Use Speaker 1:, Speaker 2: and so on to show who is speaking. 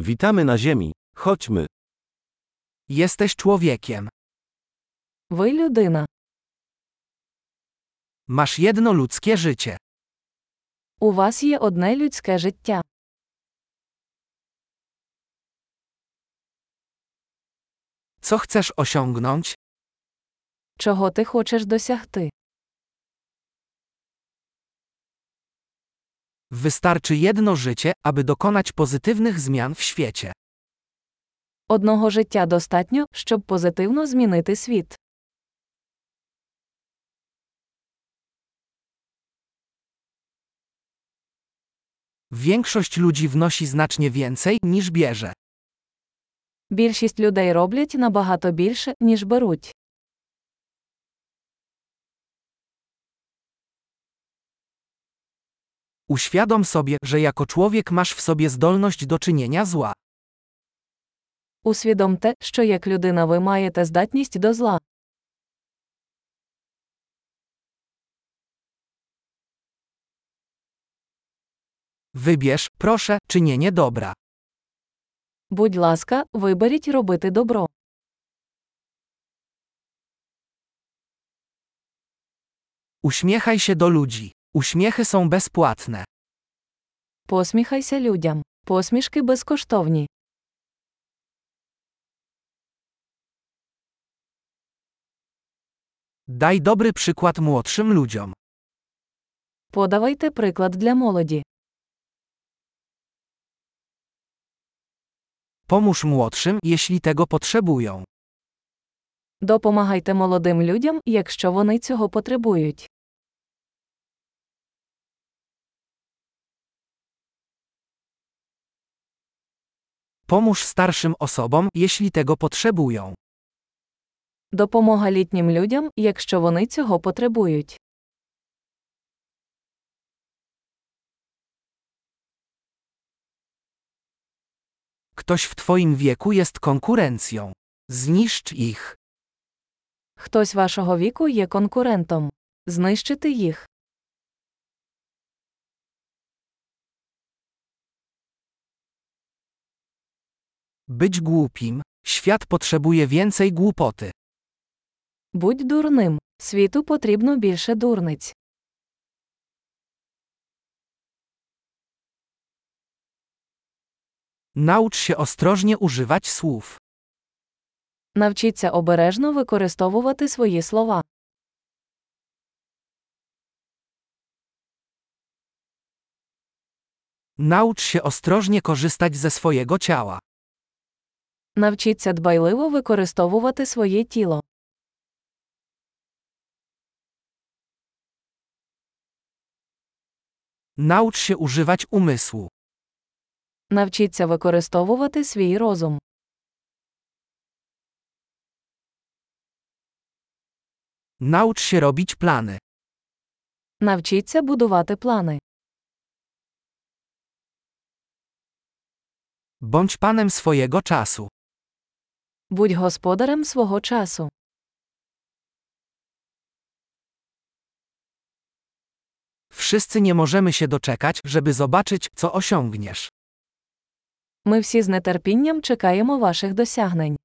Speaker 1: Witamy na Ziemi. Chodźmy.
Speaker 2: Jesteś człowiekiem.
Speaker 3: Ви людина.
Speaker 2: Masz jedno ludzkie życie.
Speaker 3: У вас є одне людське життя.
Speaker 2: Co chcesz osiągnąć?
Speaker 3: Чого ти хочеш досягти?
Speaker 2: Wystarczy jedno życie, aby dokonać pozytywnych zmian w świecie.
Speaker 3: Одного життя достатньо, щоб позитивно змінити світ.
Speaker 2: Większość ludzi wnosi znacznie więcej niż bierze.
Speaker 3: Більшість людей роблять набагато більше, ніж беруть.
Speaker 2: Uświadom sobie, że jako człowiek masz w sobie zdolność do czynienia zła.
Speaker 3: Усвідомте, що як людина ви маєте здатність до зла.
Speaker 2: Wybierz, proszę, czynienie dobra.
Speaker 3: Будь ласка, виберіть робити добро.
Speaker 2: Uśmiechaj się do ludzi. Uśmiechy są bezpłatne.
Speaker 3: Посміхайся людям. Посмішки безкоштовні.
Speaker 2: Daj dobry przykład młodszym ludziom.
Speaker 3: Подавайте приклад для молоді.
Speaker 2: Pomóż młodszym, jeśli tego potrzebują.
Speaker 3: Допомагайте молодим людям, якщо вони цього потребують.
Speaker 2: Pomóż starszym osobom, jeśli tego potrzebują.
Speaker 3: Допомога літнім людям, якщо вони цього потребують.
Speaker 2: Ktoś w Twoim wieku jest konkurencją. Zniszcz ich.
Speaker 3: Хтось вашого віку є конкурентом. Знищити їх.
Speaker 2: Być głupim. Świat potrzebuje więcej głupoty.
Speaker 3: Будь дурним. Світу потрібно більше дурниць.
Speaker 2: Naucz się ostrożnie używać słów.
Speaker 3: Навчіться обережно використовувати свої слова.
Speaker 2: Naucz się ostrożnie korzystać ze swojego ciała.
Speaker 3: Навчіться дбайливо використовувати своє тіло.
Speaker 2: Naucz się używać umysłu.
Speaker 3: Навчіться використовувати свій розум.
Speaker 2: Naucz się robić plany.
Speaker 3: Навчіться будувати плани.
Speaker 2: Bądź panem swojego czasu.
Speaker 3: Будь господарем свого часу.
Speaker 2: Wszyscy nie możemy się doczekać, żeby zobaczyć, co osiągniesz.
Speaker 3: Ми всі з нетерпінням чекаємо ваших досягнень.